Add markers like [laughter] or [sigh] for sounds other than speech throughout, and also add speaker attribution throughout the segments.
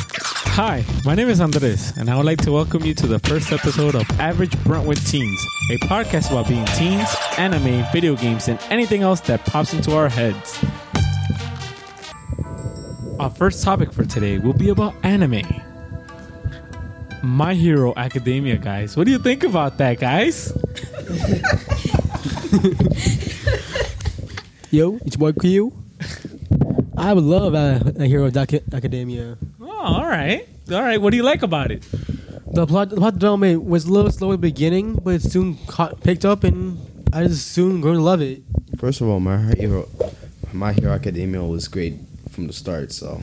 Speaker 1: Hi, my name is Andres, and I would like to welcome you to the first episode of Average Brentwood Teens, a podcast about being teens, anime, video games, and anything else that pops into our heads. Our first topic for today will be about anime. My Hero Academia, guys. What do you think about that, guys?
Speaker 2: Yo, it's boy Q. [laughs] I would love uh, a Hero Doc- Academia.
Speaker 1: Oh, all right. All right. What do you like about it?
Speaker 2: The plot, the plot development was a little slow at the beginning, but it soon caught, picked up, and I just soon grew to love it.
Speaker 3: First of all, my hero, my hero academia was great from the start. So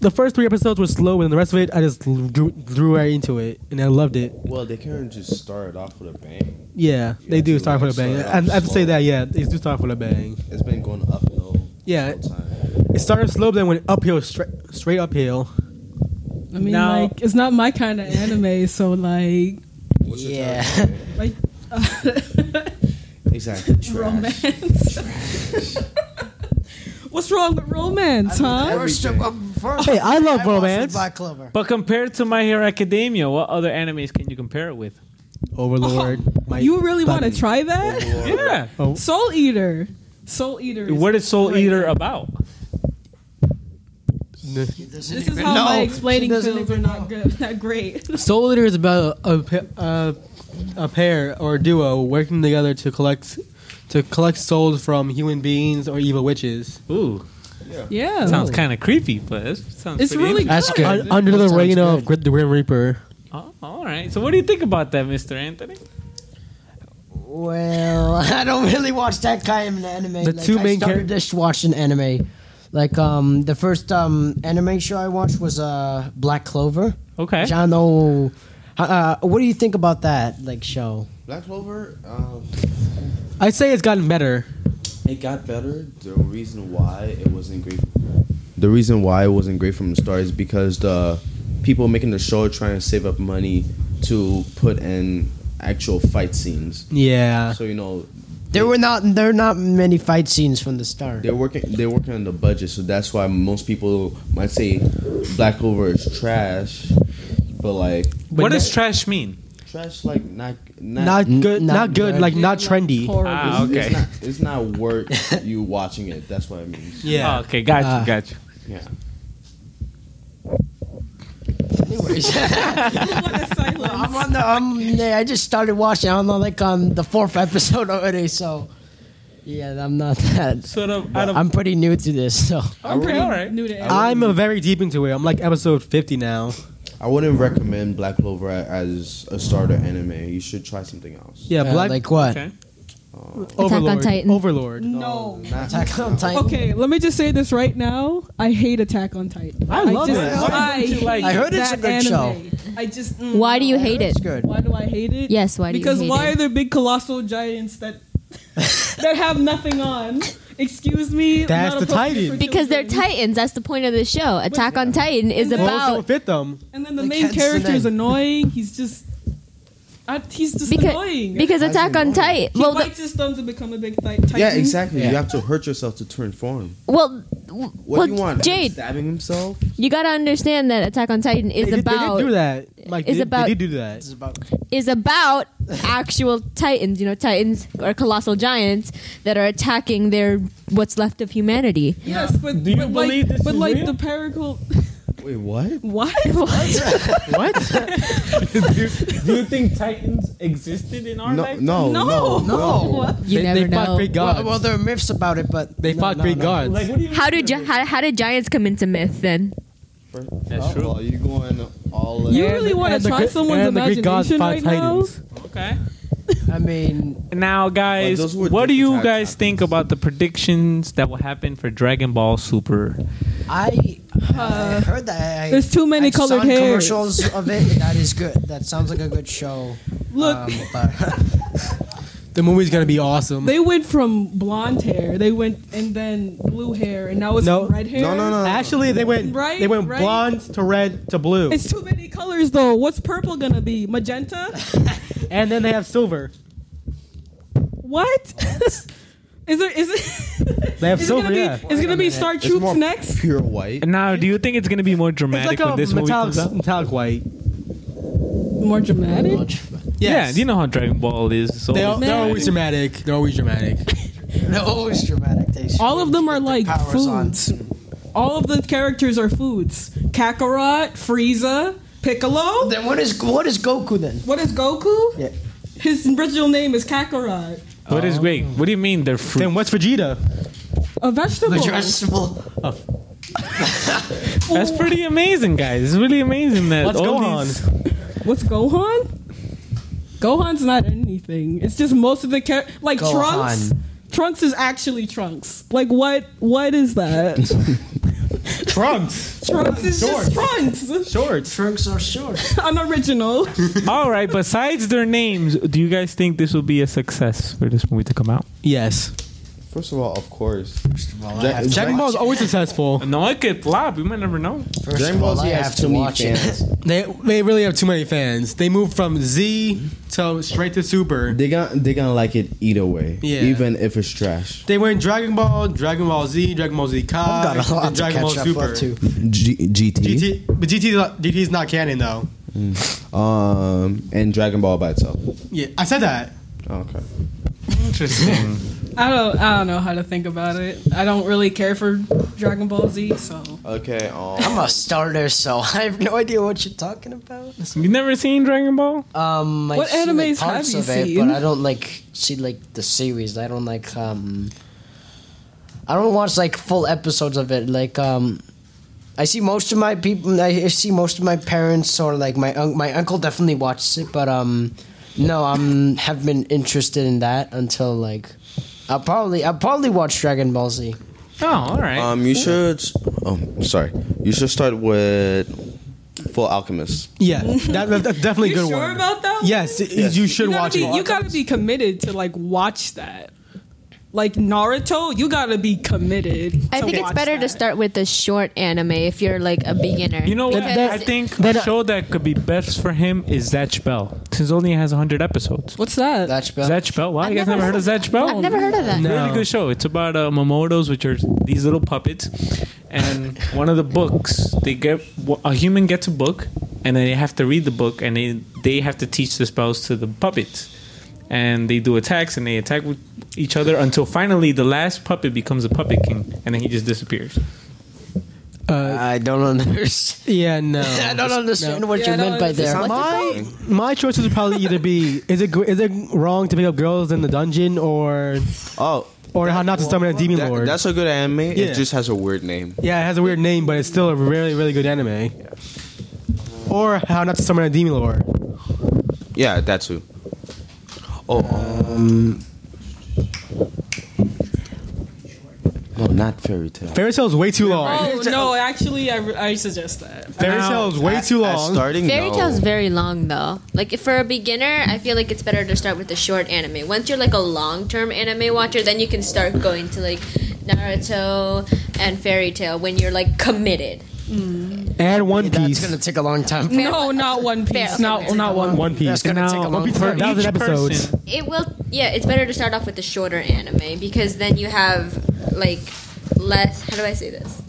Speaker 2: The first three episodes were slow, and the rest of it, I just drew, drew right into it, and I loved it.
Speaker 3: well, they kind of just started off with a bang.
Speaker 2: Yeah, they
Speaker 3: Yeah,
Speaker 2: do
Speaker 3: dude,
Speaker 2: start with a
Speaker 3: I'm
Speaker 2: bang.
Speaker 3: sorry,
Speaker 2: I,
Speaker 3: I'm
Speaker 2: I have to say
Speaker 3: slow.
Speaker 2: that, yeah, they do start with a bang.
Speaker 3: It's been going uphill.
Speaker 2: Yeah.
Speaker 3: the whole time.
Speaker 2: It started slow, but then went uphill, straight, straight uphill.
Speaker 4: I mean,
Speaker 1: Now-
Speaker 4: like, it's not my kind of anime, so
Speaker 5: [laughs]
Speaker 4: like,
Speaker 3: What's your
Speaker 5: Yeah.
Speaker 3: type of
Speaker 4: like uh,
Speaker 3: anime? exactly. Trash.
Speaker 4: romance. [laughs] What's wrong with romance, huh?
Speaker 5: First of- um, first-
Speaker 2: Hey, I love
Speaker 5: watched
Speaker 2: romance.
Speaker 5: Black Clover.
Speaker 1: But compared to My Hero Academia, what other animes can you compare it with?
Speaker 2: [laughs] Overlord. my
Speaker 4: You really want to
Speaker 2: buddy.
Speaker 4: try that?
Speaker 1: Yeah.
Speaker 2: Oh,
Speaker 4: Soul Eater. Soul Eater. is
Speaker 1: What is Soul
Speaker 4: great.
Speaker 1: Eater about?
Speaker 2: n-
Speaker 4: This is how my explaining
Speaker 5: She doesn't
Speaker 4: films are
Speaker 5: even
Speaker 4: not good, [laughs] not great.
Speaker 2: Soul Eater is about a, a, pa- a, a pair or duo working together to collect to collect souls from human beings or evil witches.
Speaker 1: Ooh,
Speaker 4: yeah,
Speaker 2: Oh.
Speaker 1: sounds kind of creepy, but it sounds
Speaker 4: It's
Speaker 1: pretty
Speaker 4: really
Speaker 1: interesting.
Speaker 5: That's good.
Speaker 2: Un- under the
Speaker 5: Sounds
Speaker 2: reign
Speaker 5: good.
Speaker 2: of Gr- the Grim Reaper.
Speaker 1: Oh, all right. So, what do you think about that, Mr. Anthony?
Speaker 5: Well, [laughs] I don't really watch that kind of anime.
Speaker 2: The
Speaker 5: like,
Speaker 2: two
Speaker 5: I
Speaker 2: main
Speaker 5: started
Speaker 2: charac-
Speaker 5: just watching anime. Like um, the first um anime show I watched was uh Black Clover.
Speaker 1: Okay.
Speaker 2: Eh?
Speaker 5: Which I don't know. Uh, what do you think about that like show?
Speaker 3: Black Clover. Um,
Speaker 2: I'd say it's gotten better.
Speaker 3: it got better. The reason why it wasn't great. The reason why it wasn't great from the start is because the people making the show are trying to save up money to put in actual fight scenes.
Speaker 2: Yeah.
Speaker 3: So you know
Speaker 5: There were not there were not many fight scenes from the start.
Speaker 3: They're working. They're working on the budget, so that's why most people might say Black Clover is trash. But like
Speaker 1: what does
Speaker 2: not-
Speaker 1: trash mean?
Speaker 3: trash, like not not.
Speaker 2: Not
Speaker 5: N-
Speaker 2: good. Not,
Speaker 5: not
Speaker 2: good.
Speaker 5: good.
Speaker 2: Like not
Speaker 4: Like,
Speaker 2: trendy.
Speaker 4: horrible.
Speaker 1: Ah,
Speaker 3: it's,
Speaker 1: okay.
Speaker 3: It's [laughs] not, it's not
Speaker 5: [laughs]
Speaker 3: worth you watching it. That's what I mean.
Speaker 2: yeah.
Speaker 1: Oh, okay, got you,
Speaker 3: Ah.
Speaker 2: Uh,
Speaker 1: got you.
Speaker 3: Yeah.
Speaker 5: Anyways,
Speaker 1: Ah,
Speaker 4: [laughs] What a silence.
Speaker 5: I'm on the um. Yeah, I just started watching. I'm on like on the fourth episode [laughs] already. So yeah, I'm not that.
Speaker 1: Sort of out of.
Speaker 5: I'm pretty new to this. So
Speaker 1: I'm pretty all right.
Speaker 4: new to anime.
Speaker 2: I'm uh, very deep into it. I'm like episode 50 now.
Speaker 3: I wouldn't recommend Black Clover a- as a starter anime. You should try something else.
Speaker 2: Yeah,
Speaker 5: Uh,
Speaker 2: Black
Speaker 5: like what?
Speaker 1: Okay.
Speaker 6: on
Speaker 2: Overlord.
Speaker 6: Titan.
Speaker 2: Overlord.
Speaker 4: no.
Speaker 3: Not
Speaker 5: Attack on Titan.
Speaker 4: Okay, let me just say this right now. I hate Attack on Titan.
Speaker 2: I love
Speaker 4: just,
Speaker 2: it.
Speaker 1: Why don't you like
Speaker 5: I heard it's a
Speaker 4: that
Speaker 5: good show.
Speaker 4: anime. I just. mm,
Speaker 6: Why do you hate it?
Speaker 5: It's good.
Speaker 4: Why do I hate it?
Speaker 6: Yes, why do
Speaker 4: because
Speaker 6: you hate
Speaker 4: why
Speaker 6: it?
Speaker 4: are there big colossal giants that that have nothing on? Excuse me. I'm
Speaker 2: That's
Speaker 4: not
Speaker 2: the
Speaker 4: appropriate
Speaker 2: Titan.
Speaker 4: for
Speaker 6: because they're
Speaker 4: children.
Speaker 6: titans. That's the point of the show. Attack on Titan is
Speaker 4: And then-
Speaker 2: Well, so
Speaker 6: about
Speaker 2: fit them.
Speaker 4: And then the
Speaker 5: Like,
Speaker 4: main
Speaker 5: hence the
Speaker 4: character is
Speaker 5: name.
Speaker 4: annoying. He's just. I, he's just
Speaker 6: because
Speaker 4: annoying.
Speaker 6: because Attack on Titan.
Speaker 4: he
Speaker 6: Well, the-
Speaker 4: bites his thumb to become a big ti- titan.
Speaker 3: Yeah, exactly. You
Speaker 5: Yeah.
Speaker 3: have to hurt yourself to turn form.
Speaker 6: well, w-
Speaker 3: What
Speaker 6: well,
Speaker 3: do you want?
Speaker 6: Jade,
Speaker 3: stabbing himself.
Speaker 6: you gotta understand that Attack on Titan is
Speaker 2: They did, they did do
Speaker 6: about
Speaker 2: that. Like,
Speaker 6: is
Speaker 2: they,
Speaker 6: about-
Speaker 2: they did do that.
Speaker 5: It's about
Speaker 6: is about actual titans. You know, titans or colossal giants that are attacking their what's left of humanity.
Speaker 4: Yes, but
Speaker 1: Do you
Speaker 4: but
Speaker 1: believe
Speaker 4: like,
Speaker 1: this
Speaker 4: But
Speaker 1: is
Speaker 4: like
Speaker 1: real?
Speaker 4: the pericle.
Speaker 3: Wait, what?
Speaker 4: [laughs]
Speaker 6: [laughs]
Speaker 1: [laughs]
Speaker 4: What?
Speaker 1: do, do you think titans existed in our
Speaker 3: No,
Speaker 1: life?
Speaker 3: no, no,
Speaker 4: [laughs] No. [laughs]
Speaker 3: no.
Speaker 6: You
Speaker 2: they,
Speaker 6: never
Speaker 2: they fought
Speaker 5: [laughs]
Speaker 6: know.
Speaker 2: great gods.
Speaker 5: well, well, there are myths about it, but
Speaker 2: they
Speaker 5: no,
Speaker 2: fought
Speaker 5: no,
Speaker 2: great
Speaker 5: no.
Speaker 2: gods.
Speaker 1: Like, what do you?
Speaker 6: How do gi- how, how did giants come into myth then?
Speaker 1: That's
Speaker 3: Oh,
Speaker 1: true.
Speaker 3: well, you going all in.
Speaker 4: You really
Speaker 2: And-
Speaker 4: wanna
Speaker 2: and the
Speaker 4: try
Speaker 2: Greek-
Speaker 4: someone's
Speaker 2: and the Greek gods
Speaker 4: imagination
Speaker 2: fought
Speaker 4: right now?
Speaker 2: titans.
Speaker 1: Okay.
Speaker 5: I mean,
Speaker 1: Now, guys,
Speaker 3: those were
Speaker 1: what do you
Speaker 3: different type
Speaker 1: guys
Speaker 3: titans.
Speaker 1: think about the predictions that will happen for Dragon Ball Super?
Speaker 5: I, I heard that. I,
Speaker 4: Uh, There's too many
Speaker 5: I've
Speaker 4: colored
Speaker 5: seen
Speaker 4: hairs.
Speaker 5: commercials of it. That is good. That sounds like a good show.
Speaker 4: Look,
Speaker 5: Um, but [laughs]
Speaker 2: The movie's gonna be awesome.
Speaker 4: they went from blonde hair. They went and then blue hair, and now it's
Speaker 2: No.
Speaker 4: red hair.
Speaker 3: No, no, no.
Speaker 2: Actually, they went
Speaker 4: Right,
Speaker 2: they went
Speaker 4: right.
Speaker 2: blonde to red to blue,
Speaker 4: It's too many colors though. What's purple gonna be? Magenta?
Speaker 2: [laughs] and then they have silver. [laughs]
Speaker 4: What? Is there is it
Speaker 2: They have
Speaker 4: It's
Speaker 2: silver,
Speaker 4: gonna be,
Speaker 2: yeah.
Speaker 4: it's gonna be Star
Speaker 3: It's more
Speaker 4: Troops next.
Speaker 3: Pure white.
Speaker 1: And Now, do you think it's going to be more
Speaker 2: It's
Speaker 1: dramatic
Speaker 2: like a
Speaker 1: when this movie comes
Speaker 2: metallic,
Speaker 1: out?
Speaker 2: metallic white.
Speaker 4: More dramatic.
Speaker 2: Yes.
Speaker 1: Yeah, you know how Dragon Ball is. So
Speaker 2: They all,
Speaker 1: it's
Speaker 2: they're
Speaker 1: dramatic.
Speaker 2: always dramatic. They're always dramatic.
Speaker 5: They're always dramatic. They
Speaker 4: All of them are like
Speaker 5: powers on.
Speaker 4: foods. All of the characters are foods. Kakarot, Frieza, Piccolo.
Speaker 5: Then what is what is Goku then?
Speaker 4: What is Goku?
Speaker 5: Yeah.
Speaker 4: His original name is Kakarot.
Speaker 1: What
Speaker 2: Oh.
Speaker 1: is great? What do you mean they're fruit?
Speaker 2: Then what's Vegeta?
Speaker 4: A vegetable.
Speaker 5: The vegetable.
Speaker 1: That's pretty amazing, guys. It's really amazing that
Speaker 2: What's
Speaker 1: all
Speaker 2: Gohan?
Speaker 1: these-
Speaker 4: What's Gohan? Gohan's not anything. It's just most of the char- like
Speaker 5: Gohan.
Speaker 4: Trunks. Trunks is actually Trunks. Like what? What is [laughs] that?
Speaker 2: Trunks.
Speaker 4: Trunks is just Trunks.
Speaker 2: Shorts.
Speaker 5: Trunks are short.
Speaker 4: [laughs] Unoriginal.
Speaker 1: All right. Besides their names, do you guys think this will be a success for this movie to come out?
Speaker 2: Yes.
Speaker 3: First of all, of course.
Speaker 5: First of all, I
Speaker 3: Dra-
Speaker 5: have to
Speaker 2: Dragon
Speaker 5: watch
Speaker 2: Ball is
Speaker 5: it.
Speaker 2: always successful.
Speaker 1: No, it could flop. We might never know.
Speaker 5: First
Speaker 3: Dragon
Speaker 5: of
Speaker 3: Ball
Speaker 5: all,
Speaker 3: Z
Speaker 5: I
Speaker 3: has
Speaker 5: have
Speaker 3: too
Speaker 5: to
Speaker 3: many
Speaker 5: watch
Speaker 3: fans.
Speaker 5: it.
Speaker 2: They they really have too many fans. They moved from Z to straight to Super.
Speaker 3: They gon' they gonna like it either way.
Speaker 2: Yeah.
Speaker 3: Even if it's trash.
Speaker 2: They went Dragon Ball, Dragon Ball Z, Dragon Ball Z Kai,
Speaker 5: I've got a lot
Speaker 2: and
Speaker 5: to
Speaker 2: Dragon Ball
Speaker 5: catch up
Speaker 2: Super.
Speaker 5: on too.
Speaker 3: G- GT.
Speaker 2: GT, but GT is not- GT is not canon though.
Speaker 3: Um and Dragon Ball by itself.
Speaker 2: Yeah, I said that.
Speaker 3: Okay.
Speaker 1: Interesting.
Speaker 4: I don't. I don't know how to think about it. I don't really care for Dragon Ball Z. So
Speaker 3: Okay. um,
Speaker 5: I'm a starter, so [laughs] I have no idea what you're talking about.
Speaker 1: you never seen Dragon Ball?
Speaker 5: Um, I
Speaker 4: What
Speaker 5: see,
Speaker 4: animes
Speaker 5: like, parts
Speaker 4: have you
Speaker 5: of it,
Speaker 4: seen?
Speaker 5: But I don't like see like the series. I don't like um. I don't watch like full episodes of it. Like um, I see most of my people. I see most of my parents or like my un- my uncle definitely watches it, but um, no, I'm have been interested in that until like. I'll probably I'll probably watch Dragon Ball Z.
Speaker 1: Oh, all right.
Speaker 3: Um, you should. Oh, sorry. You should start with Full Alchemist.
Speaker 2: Yeah, that, that- that's definitely
Speaker 4: you
Speaker 2: a good
Speaker 4: sure
Speaker 2: one.
Speaker 4: about that?
Speaker 2: yes, it- you should
Speaker 4: You gotta,
Speaker 2: watch
Speaker 4: be,
Speaker 2: it.
Speaker 4: you gotta be committed to like watch that. Like Naruto, you gotta be committed.
Speaker 6: I
Speaker 4: to
Speaker 6: think it's
Speaker 4: watch
Speaker 6: better to
Speaker 4: that.
Speaker 6: start with the short anime if you're like a beginner.
Speaker 1: you know what?
Speaker 6: Because-
Speaker 1: I think the show that could be best for him is Zatch Bell, since it only has 100 episodes.
Speaker 4: What's that?
Speaker 5: That's about
Speaker 1: Zatch Bell? Wow, you guys never heard of Zatch Bell?
Speaker 6: I've never heard of that.
Speaker 1: Really
Speaker 2: No.
Speaker 1: good show. It's about uh, Momotos, which are these little puppets, and one of the books they get a human gets a book, and then they have to read the book, and they they have to teach the spells to the puppets, and they do attacks, and they attack with each other until finally the last puppet becomes a puppet king, and then he just disappears.
Speaker 2: Uh,
Speaker 5: I don't understand.
Speaker 2: [laughs] yeah, no.
Speaker 3: Oh,
Speaker 5: [laughs] I don't understand what
Speaker 4: Yeah, I
Speaker 5: you
Speaker 4: don't
Speaker 5: meant by there.
Speaker 4: understand.
Speaker 2: My my choice would probably either be is it gr- is it wrong to pick up girls in the dungeon or
Speaker 3: Oh,
Speaker 2: or how not to summon a demon
Speaker 3: that-
Speaker 2: lord?
Speaker 3: that's a good anime.
Speaker 2: Yeah.
Speaker 3: It just has a weird name.
Speaker 2: yeah, it has a weird name, but it's still a really really good anime. Or how not to summon a demon lord.
Speaker 3: Yeah, that too. Oh.
Speaker 5: Um,
Speaker 3: no, not fairy tale.
Speaker 2: Fairy Tail is way too long.
Speaker 4: Oh no, actually, I, I suggest that.
Speaker 2: Fairy Tail is way too
Speaker 3: As
Speaker 2: long.
Speaker 3: starting
Speaker 6: Fairy
Speaker 3: no.
Speaker 6: tale is very long though. Like if for a beginner, I feel like it's better to start with a short anime. Once you're like a long-term anime watcher, then you can start going to like Naruto and Fairy Tale when you're like committed.
Speaker 2: And One
Speaker 5: That's
Speaker 2: Piece.
Speaker 5: gonna take a long time.
Speaker 4: No, not One Piece.
Speaker 6: Fair.
Speaker 4: Not not one.
Speaker 2: One Piece.
Speaker 5: That's gonna
Speaker 1: Now,
Speaker 5: take a long
Speaker 1: for
Speaker 5: time.
Speaker 1: each
Speaker 2: Thousand episodes.
Speaker 1: person-
Speaker 6: It will yeah, it's better to start off with a shorter anime because then you have like less how do I say this?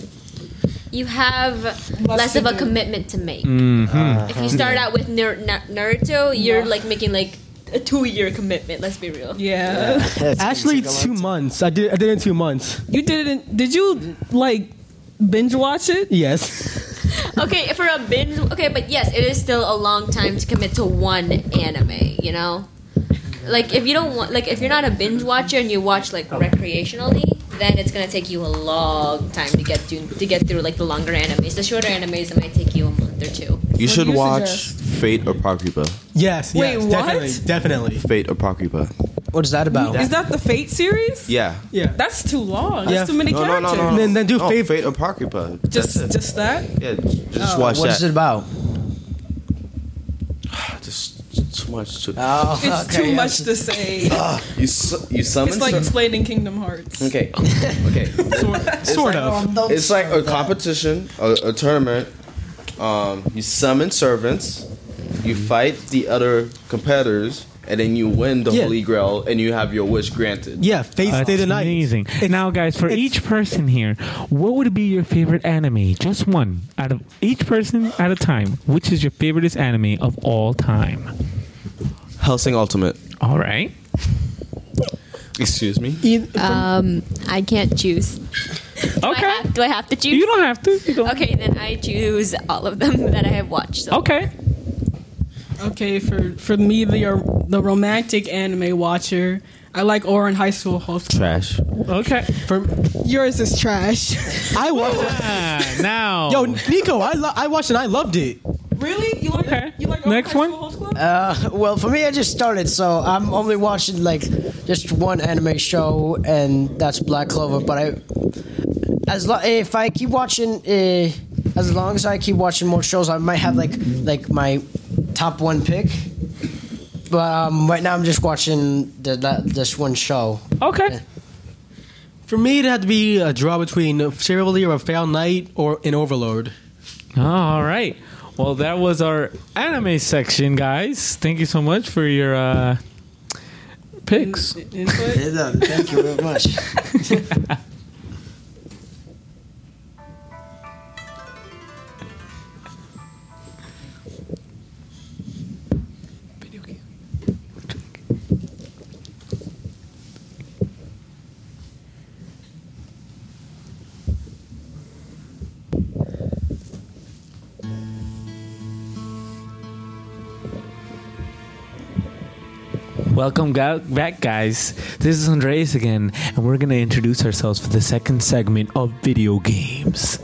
Speaker 6: You have less of a
Speaker 4: to do.
Speaker 6: commitment to make. If you start out with Nar- Na- Naruto, you're
Speaker 4: Yeah.
Speaker 6: like making like a two-year commitment, let's be real.
Speaker 4: Yeah.
Speaker 2: Actually, two months. I did. I did it in two months.
Speaker 4: you didn't. Did you like binge watch it?
Speaker 2: Yes.
Speaker 6: Okay, for a binge. Okay, but yes, it is still a long time to commit to one anime. You know, like if you don't want, like if you're not a binge watcher and you watch like recreationally, then it's gonna take you a long time to get to to get through like the longer animes. The shorter animes it might take you a month or two.
Speaker 3: You should
Speaker 4: do you
Speaker 3: watch
Speaker 4: suggest?
Speaker 3: Fate or Apocrypha.
Speaker 2: Yes.
Speaker 4: Wait,
Speaker 2: yes,
Speaker 4: what?
Speaker 2: Definitely. Definitely.
Speaker 3: Fate Apocrypha.
Speaker 5: What is that about?
Speaker 4: Is that the Fate series?
Speaker 3: Yeah.
Speaker 2: Yeah.
Speaker 4: That's too long.
Speaker 2: Yeah.
Speaker 4: That's too many
Speaker 3: No, no,
Speaker 4: characters.
Speaker 3: no, no, no.
Speaker 2: Then- then do
Speaker 3: no,
Speaker 2: Fate-
Speaker 3: Fate Apocrypha. That's
Speaker 4: Just
Speaker 3: it.
Speaker 4: just that.
Speaker 3: yeah, just watch
Speaker 5: What is
Speaker 3: that.
Speaker 5: it about?
Speaker 3: Just too much. Too.
Speaker 5: Oh,
Speaker 4: It's
Speaker 5: okay,
Speaker 4: too
Speaker 5: yeah.
Speaker 4: much
Speaker 3: [laughs]
Speaker 4: to say.
Speaker 3: you su- you summon.
Speaker 4: It's like
Speaker 3: some-
Speaker 4: explaining Kingdom
Speaker 3: [laughs]
Speaker 4: Hearts.
Speaker 3: okay. Okay.
Speaker 2: Sort of.
Speaker 3: It's like a competition, a, a tournament. Um, you summon servants, you fight the other competitors, and then you win the
Speaker 2: Yeah.
Speaker 3: Holy Grail, and you have your wish granted.
Speaker 2: Yeah, Fate
Speaker 1: That's
Speaker 2: Stay the Night.
Speaker 1: amazing. now, guys, for each person here, what would be your favorite anime? Just one out of each person at a time. Which is your favorite anime of all time?
Speaker 3: Helsing Ultimate.
Speaker 1: All right.
Speaker 3: Excuse me.
Speaker 6: Um, I can't choose. Do I
Speaker 1: Okay.
Speaker 6: have, do I have to choose?
Speaker 1: You don't have to. You don't.
Speaker 6: Okay, then I choose all of them [laughs] that I have watched. So.
Speaker 1: Okay.
Speaker 4: Okay, for for me, the uh, the romantic anime watcher. I like Orin High School Host.
Speaker 3: Trash.
Speaker 1: Okay.
Speaker 2: For,
Speaker 4: Yours is trash.
Speaker 2: I watched it.
Speaker 1: Ah, now.
Speaker 2: Yo, Nico, I lo- I watched it. I loved it.
Speaker 4: really? You like
Speaker 1: Okay.
Speaker 4: you like
Speaker 1: Next
Speaker 4: Orin
Speaker 1: one?
Speaker 4: High School Host Club?
Speaker 5: Uh, well, for me, I just started, so I'm only watching like just one anime show, and that's Black Clover. But I, as lo- if I keep watching, uh, as long as I keep watching more shows, I might have like like my top one pick. But um, right now, I'm just watching the, that this one show.
Speaker 1: Okay.
Speaker 2: For me, it had to be a draw between Chevalier of Foul Knight or an Overlord.
Speaker 1: All right. Well, that was our anime section, guys. Thank you so much for your uh, picks.
Speaker 4: Input?
Speaker 5: Thank you very much.
Speaker 1: Welcome ga- back, guys. This is Andres again, and we're going to introduce ourselves for the second segment of video games.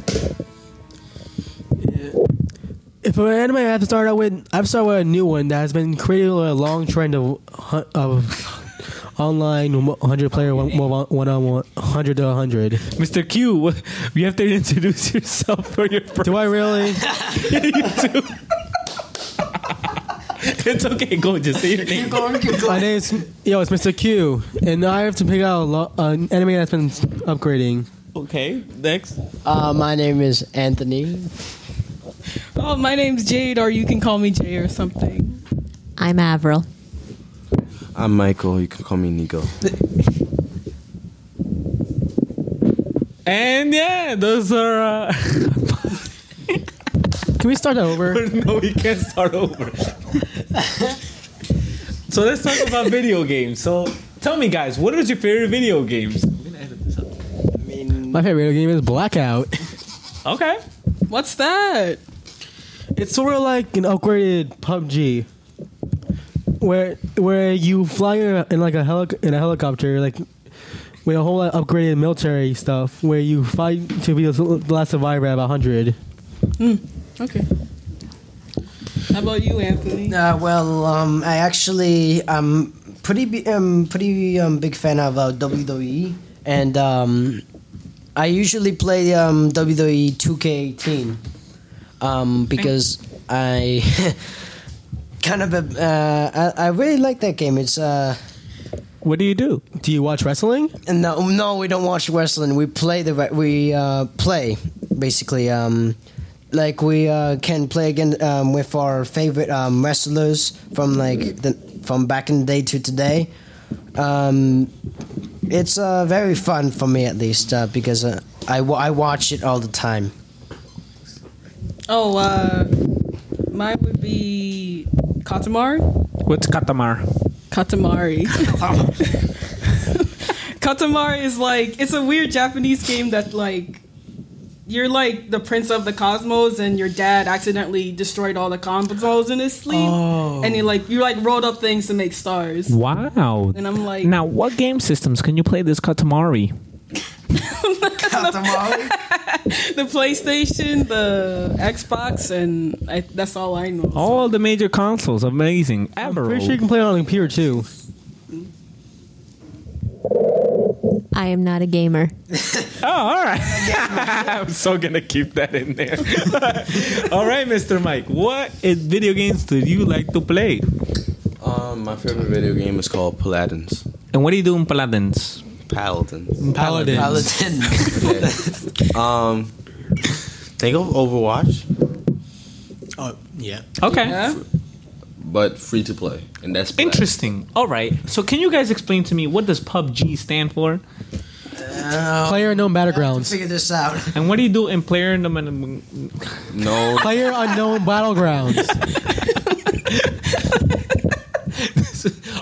Speaker 2: If an anime, I have to start out with I have to start with a new one that has been created with a long trend of hun- of [laughs] online 100 player one one on one 100 to 100.
Speaker 1: Mr. Q, [laughs] wh- you have to introduce yourself for [laughs] your first
Speaker 2: Do I really?
Speaker 1: [laughs] It's okay, go. Just say your name.
Speaker 2: [laughs] My name is yo, it's Mr. Q, and I have to pick out a lo- an anime that's been upgrading.
Speaker 1: Okay, next.
Speaker 5: Uh, my name is Anthony.
Speaker 4: Oh, my name's Jade, or you can call me Jay or something.
Speaker 6: I'm Avril.
Speaker 3: I'm Michael. You can call me Nico.
Speaker 1: And yeah, those are. Uh, [laughs]
Speaker 2: Can we start that over?
Speaker 1: no, we can't start over. [laughs] so let's talk about video games. So tell me, guys, what is your favorite video games?
Speaker 2: My favorite video game is Blackout.
Speaker 1: Okay.
Speaker 4: What's that?
Speaker 2: It's sort of like an upgraded PUBG, where where you fly in, a, in like a helic- in a helicopter, like with a whole lot of upgraded military stuff, where you fight to be the last survivor at hundred.
Speaker 4: Okay. How about you, Anthony?
Speaker 5: Uh, well, um, I actually I'm pretty bi- um pretty um, big fan of uh, WWE, and um, I usually play um, WWE 2K18 um, because I [laughs] kind of uh, I, I really like that game. It's uh
Speaker 1: What do you do?
Speaker 2: Do you watch wrestling?
Speaker 5: no no we don't watch wrestling. We play the re- we uh, play basically um. Like we uh, can play again um, with our favorite um, wrestlers from like the, from back in the day to today. Um, it's uh, very fun for me at least uh, because uh, I, wa- I watch it all the time.
Speaker 4: Oh, uh, mine would be Katamari.
Speaker 1: What's Katamar?
Speaker 4: Katamari. [laughs] Katamari is like it's a weird Japanese game that like you're like the prince of the cosmos and your dad accidentally destroyed all the cosmos in his sleep and you like you like rolled up things to make stars
Speaker 1: Wow.
Speaker 4: and I'm like
Speaker 1: Now, what game systems can you play this Katamari?
Speaker 4: the PlayStation, the Xbox, and I, that's all I know.
Speaker 1: All the major consoles. Amazing. Ever.
Speaker 2: Pretty sure you can play it on a computer too.
Speaker 6: I am not a gamer.
Speaker 1: Oh, all right. [laughs] I'm so going to keep that in there. [laughs] all right, Mr. Mike. What is video games do you like to play?
Speaker 3: Um, my favorite video game is called Paladins.
Speaker 1: And what do you do in Paladins?
Speaker 3: Paladins.
Speaker 2: Paladin.
Speaker 5: Paladin.
Speaker 3: Um, think of Overwatch,
Speaker 2: Oh yeah.
Speaker 1: Okay.
Speaker 4: Yeah?
Speaker 7: but free to play, and that's black.
Speaker 1: Interesting. All right. So can you guys explain to me what does PUBG stand for,
Speaker 2: Player unknown battlegrounds.
Speaker 5: [laughs] Figure this out.
Speaker 1: and what do you do in player number?
Speaker 7: No,
Speaker 2: Player unknown battlegrounds.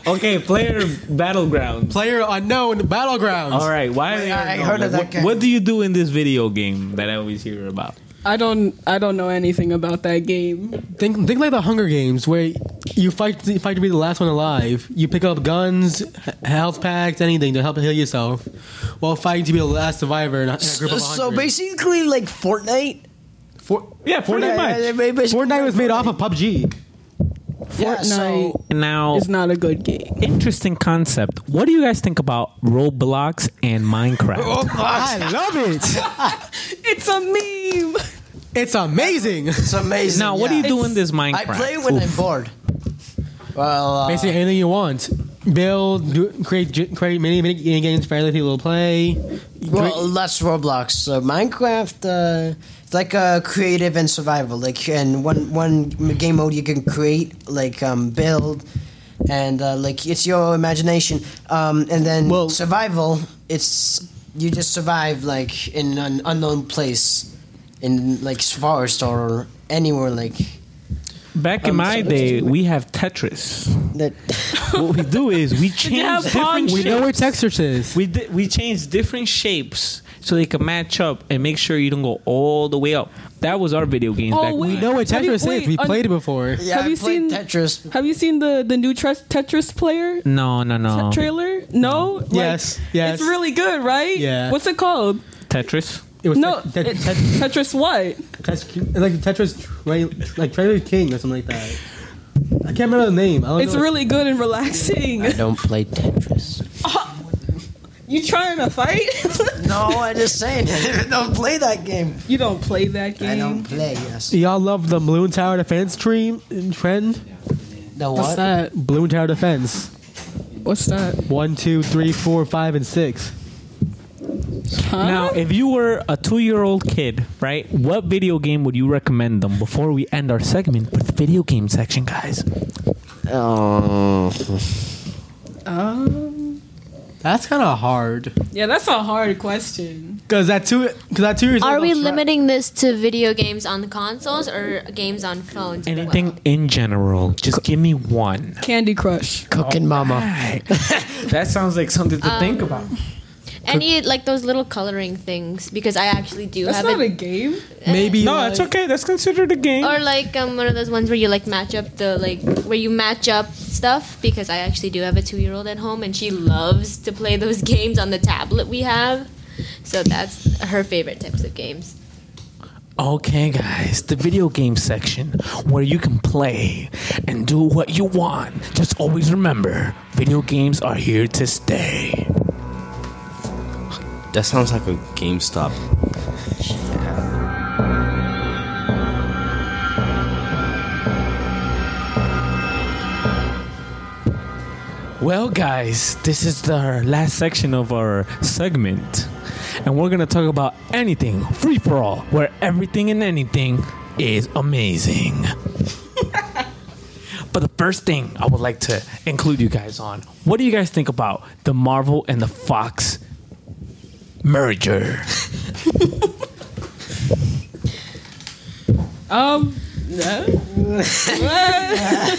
Speaker 1: Okay, player battlegrounds.
Speaker 2: Player unknown battlegrounds.
Speaker 1: All right. Why?
Speaker 5: Wait, I- I
Speaker 1: no,
Speaker 5: heard of that
Speaker 1: what,
Speaker 5: game.
Speaker 1: What do you do in this video game that I always hear about?
Speaker 4: I don't I don't know anything about that game.
Speaker 2: Think think like the Hunger Games, where you fight to, fight to be the last one alive. You pick up guns, h- health packs, anything to help heal yourself, while fighting to be the last survivor in a, in a group of
Speaker 5: So
Speaker 2: 100.
Speaker 5: basically, like Fortnite.
Speaker 2: For,
Speaker 1: Yeah, pretty
Speaker 5: Yeah,
Speaker 1: much.
Speaker 5: yeah, they basically-
Speaker 2: Fortnite was made off of PUBG.
Speaker 5: Yeah, so-
Speaker 4: Fortnite
Speaker 1: Now,
Speaker 4: is not a good game.
Speaker 1: interesting concept. What do you guys think about Roblox and Minecraft?
Speaker 2: I love it.
Speaker 4: It's a meme.
Speaker 2: [laughs] It's amazing.
Speaker 5: It's amazing.
Speaker 1: now, what do
Speaker 5: yeah.
Speaker 1: you do in this
Speaker 5: I
Speaker 1: Minecraft?
Speaker 5: play when I'm bored. Well, uh,
Speaker 2: Basically, anything you want. Build, do, create, j- create many mini mini games for other people to play.
Speaker 5: well, that's Roblox. So Minecraft, uh, it's like uh, creative and survival. Like in one one game mode, you can create, like um, build, and uh, like it's your imagination. Um, and then
Speaker 2: Well-
Speaker 5: survival, it's you just survive like in an unknown place, in like forest or anywhere like
Speaker 1: Back in
Speaker 5: Um,
Speaker 1: my
Speaker 5: so this
Speaker 1: day,
Speaker 5: is-
Speaker 1: we have Tetris.
Speaker 4: [laughs]
Speaker 5: that.
Speaker 1: [laughs] what we do is [laughs] we
Speaker 4: have
Speaker 1: change
Speaker 4: pawn
Speaker 1: different.
Speaker 2: We know
Speaker 1: shapes.
Speaker 2: where Texas is.
Speaker 1: We di- we change different shapes so they can match up and make sure you don't go all the way up. That was our video games
Speaker 4: Oh,
Speaker 1: back
Speaker 4: wait.
Speaker 1: when.
Speaker 2: We know where
Speaker 4: How do you-
Speaker 2: Tetris
Speaker 4: wait,
Speaker 2: is. We
Speaker 4: un-
Speaker 2: played it before.
Speaker 5: Yeah,
Speaker 4: Have
Speaker 5: I
Speaker 4: you
Speaker 5: played
Speaker 4: seen-
Speaker 5: Tetris?
Speaker 4: Have you seen the the new tres- Tetris player
Speaker 1: No, no, no.
Speaker 4: trailer? No. Like,
Speaker 2: Yes, yes.
Speaker 4: It's really good, right?
Speaker 2: Yeah.
Speaker 4: What's it called?
Speaker 1: Tetris.
Speaker 2: It was
Speaker 4: No,
Speaker 2: Tet-
Speaker 4: it-
Speaker 2: Tet- Oh,
Speaker 4: Tetris what?
Speaker 2: Tetris, like Tetris, tra- like Trailer King or something like that. I can't remember the name. I don't
Speaker 4: It's
Speaker 2: know.
Speaker 4: really good and relaxing.
Speaker 2: [laughs]
Speaker 5: I don't play Tetris.
Speaker 4: You trying to fight? [laughs]
Speaker 5: No, I'm just saying. [laughs] I don't play that game.
Speaker 4: you don't play that game.
Speaker 5: I don't play. Yes.
Speaker 2: Y'all love the balloon tower defense dream trend.
Speaker 5: The
Speaker 4: What's
Speaker 5: what?
Speaker 4: that?
Speaker 2: Balloon tower defense.
Speaker 4: What's that?
Speaker 2: One, two, three, four, five, and six.
Speaker 4: Huh?
Speaker 1: Now, if you were a two-year-old kid, right, what video game would you recommend them? Before we end our segment with the video game section, guys.
Speaker 5: Oh.
Speaker 4: um,
Speaker 2: That's kind of hard.
Speaker 4: yeah, that's a hard question.
Speaker 2: Cause that two, cause that two years.
Speaker 6: Are
Speaker 2: old
Speaker 6: we
Speaker 2: tra-
Speaker 6: limiting this to video games on the consoles or games on phones? as well?
Speaker 1: Anything in general. Just give me one.
Speaker 4: Candy Crush.
Speaker 5: Cooking
Speaker 1: Oh.
Speaker 5: mama.
Speaker 1: [laughs] That sounds like something to think about.
Speaker 6: Any like those little coloring things because I actually do
Speaker 4: That's
Speaker 6: have
Speaker 4: not
Speaker 6: it.
Speaker 4: a game.
Speaker 2: Maybe.
Speaker 1: No,
Speaker 2: like-
Speaker 1: it's okay. That's considered a game.
Speaker 6: or like um, one of those ones where you like match up the like where you match up stuff because I actually do have a two year old at home and she loves to play those [laughs] games on the tablet we have. So that's her favorite types of games.
Speaker 1: Okay, guys, the video game section where you can play and do what you want. Just always remember, video games are here to stay.
Speaker 7: that sounds like a GameStop.
Speaker 1: Well, guys, this is the last section of our segment, and we're gonna talk about anything free for all, where everything and anything is amazing. [laughs] but the first thing I would like to include you guys on what do you guys think about the Marvel and the Fox merger?
Speaker 4: Um, no. What?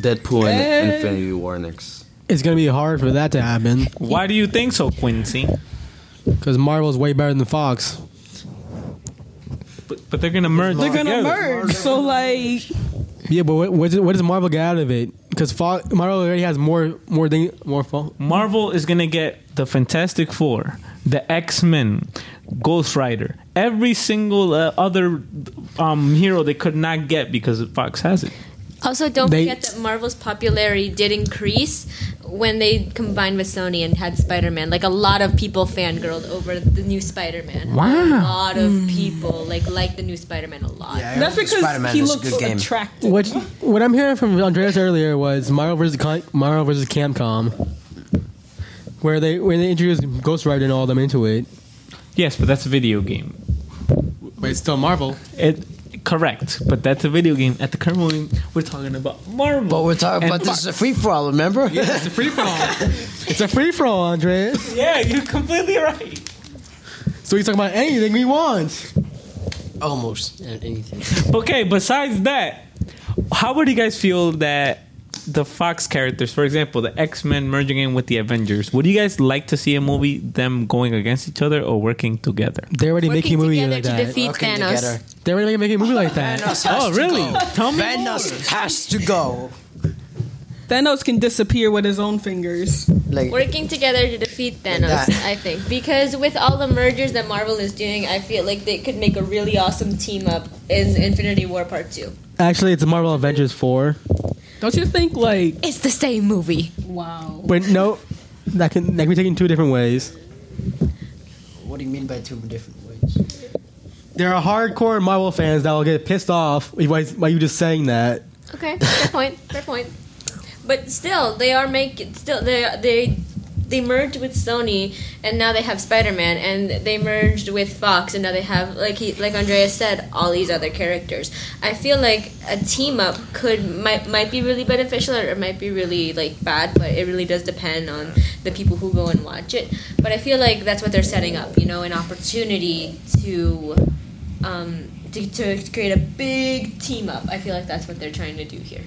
Speaker 7: Deadpool and
Speaker 1: Eh.
Speaker 7: Infinity War next.
Speaker 2: It's gonna be hard for that to happen.
Speaker 1: Why do you think so, Quincy?
Speaker 2: Cause Marvel's way better than Fox.
Speaker 1: But, but they're gonna merge.
Speaker 4: They're gonna merge. So like,
Speaker 2: Yeah, but what, what, does, what does Marvel get out of it? Cause Fox, Marvel already has more, more thing, more. Fo-
Speaker 1: Marvel is gonna get the Fantastic Four, the X Men, Ghost Rider, every single uh, other um, hero they could not get because Fox has it.
Speaker 6: Also, don't
Speaker 2: They-
Speaker 6: forget that Marvel's popularity did increase when they combined with Sony and had Spider Man. Like a lot of people fangirled over the new Spider Man.
Speaker 1: Wow.
Speaker 6: A lot of
Speaker 4: Hmm.
Speaker 6: people like liked the new Spider Man a lot.
Speaker 4: that's because
Speaker 5: Spider-Man
Speaker 4: he
Speaker 5: is a
Speaker 4: looks
Speaker 5: good game.
Speaker 4: attractive.
Speaker 2: what, what I'm hearing from Andreas earlier was Marvel versus Con- Marvel versus Camcom, where they when they introduced Ghost Rider and all them into it.
Speaker 1: Yes, but that's a video game.
Speaker 2: But it's still Marvel.
Speaker 1: It Correct, but that's a video game. At the current moment, we're talking about Marvel.
Speaker 5: But we're talking
Speaker 1: And
Speaker 5: about this is
Speaker 1: Mar-
Speaker 5: a free for all, remember?
Speaker 1: Yeah, it's a free for all.
Speaker 2: It's a free for all, Andreas.
Speaker 1: yeah, you're completely right.
Speaker 2: So we talk about anything we want.
Speaker 5: [laughs] Almost a- anything.
Speaker 1: Okay, besides that, how would you guys feel that the Fox characters, for example, the X Men merging in with the Avengers, would you guys like to see a movie them going against each other or working together?
Speaker 2: They're already
Speaker 6: Working
Speaker 2: making a movie
Speaker 6: together
Speaker 2: like
Speaker 6: to
Speaker 2: that.
Speaker 6: defeat
Speaker 5: Working
Speaker 6: Thanos.
Speaker 5: together.
Speaker 2: They're already making a movie like [laughs] that.
Speaker 5: Thanos has
Speaker 1: Oh,
Speaker 5: to
Speaker 1: really?
Speaker 5: go.
Speaker 1: Tell me. more.
Speaker 5: Thanos has to go.
Speaker 4: Thanos can disappear with his own fingers.
Speaker 5: Like,
Speaker 6: Working together to defeat Thanos,
Speaker 5: That-
Speaker 6: I think, because with all the mergers that Marvel is doing, I feel like they could make a really awesome team up in Infinity War Part Two.
Speaker 2: Actually, it's Marvel Avengers 4.
Speaker 4: Don't you think like
Speaker 6: It's the same movie.
Speaker 4: wow?
Speaker 2: But no, that can, that can be taken two different ways.
Speaker 5: what do you mean by two different ways?
Speaker 2: There are hardcore Marvel fans that will get pissed off by, by you just saying that.
Speaker 6: Okay, fair point. Fair point. But still, they are making still they they they merged with Sony and now they have Spider Man and they merged with Fox and now they have like he like Andrea said all these other characters. I feel like a team up could might might be really beneficial or it might be really like bad, but it really does depend on the people who go and watch it. But I feel like that's what they're setting up, you know, an opportunity to um, to, to create a big team up. I feel like that's what they're trying to do here.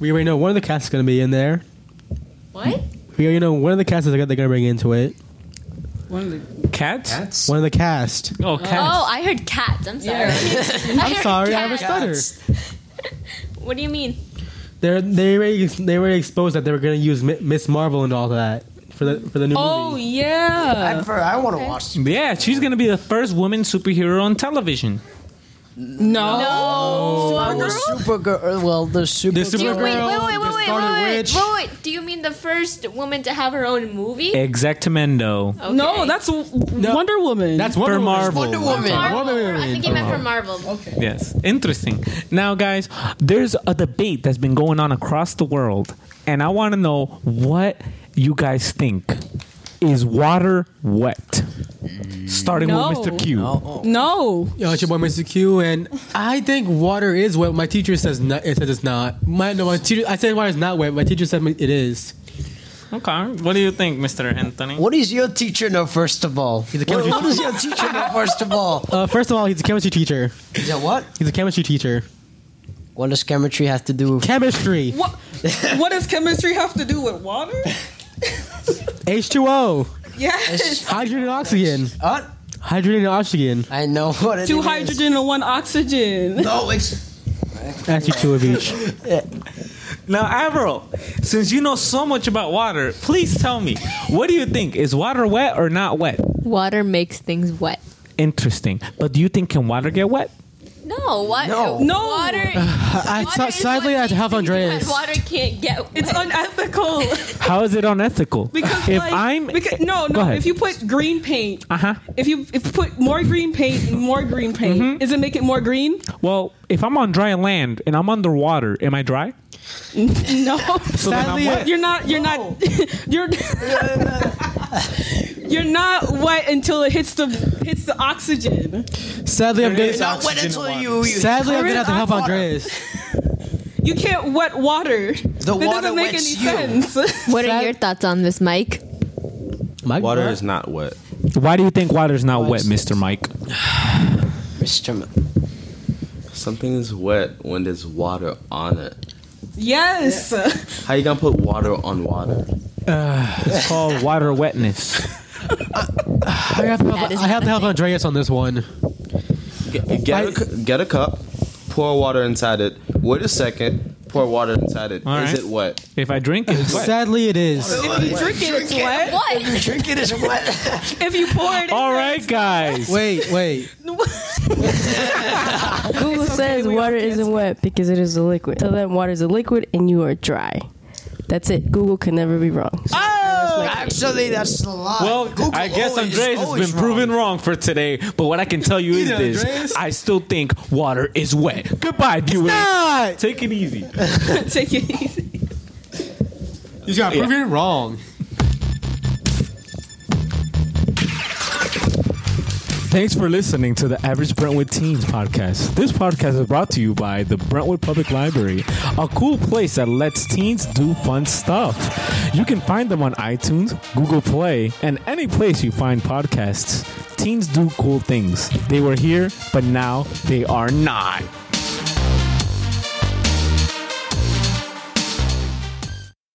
Speaker 2: We already know one of the casts is going to be in there.
Speaker 6: What?
Speaker 2: We already know one of the casts that they're going to bring into it.
Speaker 4: One of the-
Speaker 1: Cats?
Speaker 5: That's
Speaker 2: One of the cast.
Speaker 1: Oh, cats.
Speaker 6: Oh, I heard cats. I'm sorry.
Speaker 4: Yeah.
Speaker 6: [laughs] I
Speaker 2: I'm
Speaker 6: heard
Speaker 2: sorry, I have a
Speaker 6: cats.
Speaker 2: stutter.
Speaker 6: What do you mean?
Speaker 2: They're, they already they already exposed that they were going to use Mi- Miss Marvel and all that for the for the new
Speaker 4: Oh
Speaker 2: movie.
Speaker 5: I,
Speaker 4: yeah.
Speaker 5: prefer, I want to watch.
Speaker 1: Yeah, she's gonna be the first woman superhero on television.
Speaker 4: No.
Speaker 5: Supergirl. uh, Well, the Super.
Speaker 2: Super-
Speaker 6: Do you, wait, wait,
Speaker 2: Supergirl,
Speaker 6: wait, wait,
Speaker 2: the
Speaker 6: wait, wait,
Speaker 2: Scarlet
Speaker 6: wait,
Speaker 2: Witch.
Speaker 6: wait, wait. Do you mean the first woman to have her own movie?
Speaker 1: Eh. Exactamendo.
Speaker 6: Okay.
Speaker 4: No, that's Wonder Woman.
Speaker 2: That's
Speaker 1: For
Speaker 2: Wonder Woman.
Speaker 1: Marvel.
Speaker 5: Wonder
Speaker 6: For
Speaker 5: Woman.
Speaker 6: Marvel.
Speaker 2: Woman,
Speaker 6: for- I think it meant for Marvel.
Speaker 1: Yes, interesting. Now, guys, there's a debate that's been going on across the world, and I want to know what you guys think. Is water wet? Starting
Speaker 4: No.
Speaker 1: with Mr. Q.
Speaker 4: no.
Speaker 2: Yo, it's your boy Mr. Q, and I think water is wet. My teacher says no, it says it's not. My no, my teacher. I said water is not wet. My teacher said it is.
Speaker 1: Okay, what do you think, Mr. Anthony?
Speaker 5: What is your teacher know, first of all?
Speaker 2: a
Speaker 5: What,
Speaker 2: chemistry
Speaker 5: what is
Speaker 1: [laughs]
Speaker 5: your teacher know, first of all?
Speaker 2: Uh, first of all, he's a chemistry teacher.
Speaker 5: Is it what?
Speaker 2: He's a chemistry teacher.
Speaker 5: What does chemistry have to do with
Speaker 2: Chemistry.
Speaker 4: What? what does chemistry have to do with water?
Speaker 2: H two O.
Speaker 4: yes.
Speaker 2: Hydrogen and oxygen.
Speaker 5: Huh?
Speaker 2: Hydrogen and oxygen.
Speaker 5: Uh, I know what it
Speaker 4: Two
Speaker 5: is.
Speaker 4: hydrogen and one oxygen.
Speaker 5: No, it's
Speaker 2: Actually, two of each.
Speaker 1: Now, Avril, since you know so much about water, please tell me, what do you think? Is water wet or not wet?
Speaker 6: Water makes things wet.
Speaker 1: Interesting. But do you think can water get wet?
Speaker 6: No, what?
Speaker 5: No.
Speaker 4: No.
Speaker 6: Water.
Speaker 2: I
Speaker 6: water
Speaker 2: so-
Speaker 6: is
Speaker 2: sadly
Speaker 6: what
Speaker 2: I had to help
Speaker 6: makes things
Speaker 2: Andreas.
Speaker 6: wet. Water can't get wet.
Speaker 4: [laughs] It's unethical
Speaker 1: How is it unethical?
Speaker 4: because
Speaker 1: if
Speaker 4: like,
Speaker 1: I'm
Speaker 4: because, no
Speaker 1: Go
Speaker 4: no
Speaker 1: ahead.
Speaker 4: if you put green paint
Speaker 1: uh huh.
Speaker 4: if you if you put more green paint and more green paint does it make it more green
Speaker 1: Well, if I'm on dry land and I'm underwater, am I dry?
Speaker 4: [laughs] no
Speaker 1: then I'm
Speaker 2: Sadly,
Speaker 1: wet.
Speaker 4: you're not you're not [laughs] you're you're not wet until it hits the hits the oxygen
Speaker 2: sadly, I'm
Speaker 1: There is
Speaker 2: gonna.
Speaker 5: not wet until
Speaker 1: water.
Speaker 5: you.
Speaker 2: [laughs]
Speaker 5: you
Speaker 2: Sadly, I'm
Speaker 4: There
Speaker 2: gonna have
Speaker 4: is
Speaker 2: to help
Speaker 5: water.
Speaker 2: Andreas.
Speaker 4: you can't wet water
Speaker 5: the
Speaker 4: that
Speaker 5: water
Speaker 4: doesn't make any
Speaker 5: wets you.
Speaker 4: sense [laughs]
Speaker 6: What
Speaker 2: Sad-
Speaker 6: are your thoughts on this, Mike?
Speaker 2: Mike,
Speaker 7: Water is not wet.
Speaker 1: Why do you think water's not wet, Mister Mike?
Speaker 5: Mr. Ma-
Speaker 7: Something is wet when there's water on it.
Speaker 4: yes
Speaker 7: How you gonna put water on water?
Speaker 1: [laughs] It's called water wetness.
Speaker 2: I have to help,
Speaker 6: is
Speaker 2: I have to help Andreas on this one.
Speaker 7: Get, get, a, cu- get a cup, pour water inside it. Wait a second, pour water inside it. Is
Speaker 1: All right.
Speaker 7: it wet?
Speaker 1: If I drink it, it's wet.
Speaker 2: Sadly, it is.
Speaker 4: if you drink it it's wet
Speaker 6: What?
Speaker 5: Drink it is wet.
Speaker 4: if you pour it in
Speaker 1: All right, guys.
Speaker 2: Wait, wait.
Speaker 4: [laughs]
Speaker 8: Google says water isn't wet because it is a liquid. Tell them water is a liquid and you are dry. That's it. Google can never be wrong.
Speaker 5: Oh, Actually, that's a lie.
Speaker 1: Well,
Speaker 5: Google
Speaker 1: I guess
Speaker 5: always-
Speaker 1: Andres has
Speaker 5: always
Speaker 1: been
Speaker 5: wrong.
Speaker 1: proven wrong for today. But what I can tell you is
Speaker 2: Eat it,
Speaker 1: this:
Speaker 2: Andres.
Speaker 1: I still think water is wet. Goodbye, viewers.
Speaker 2: not.
Speaker 1: Take it easy.
Speaker 4: [laughs] take it easy
Speaker 2: You got
Speaker 1: Yeah.
Speaker 2: proven wrong.
Speaker 1: Thanks for listening to the Average Brentwood Teens podcast. This podcast is brought to you by the Brentwood Public Library, a cool place that lets teens do fun stuff. You can find them on iTunes, Google Play, and any place you find podcasts. Teens do cool things. They were here, but now they are not.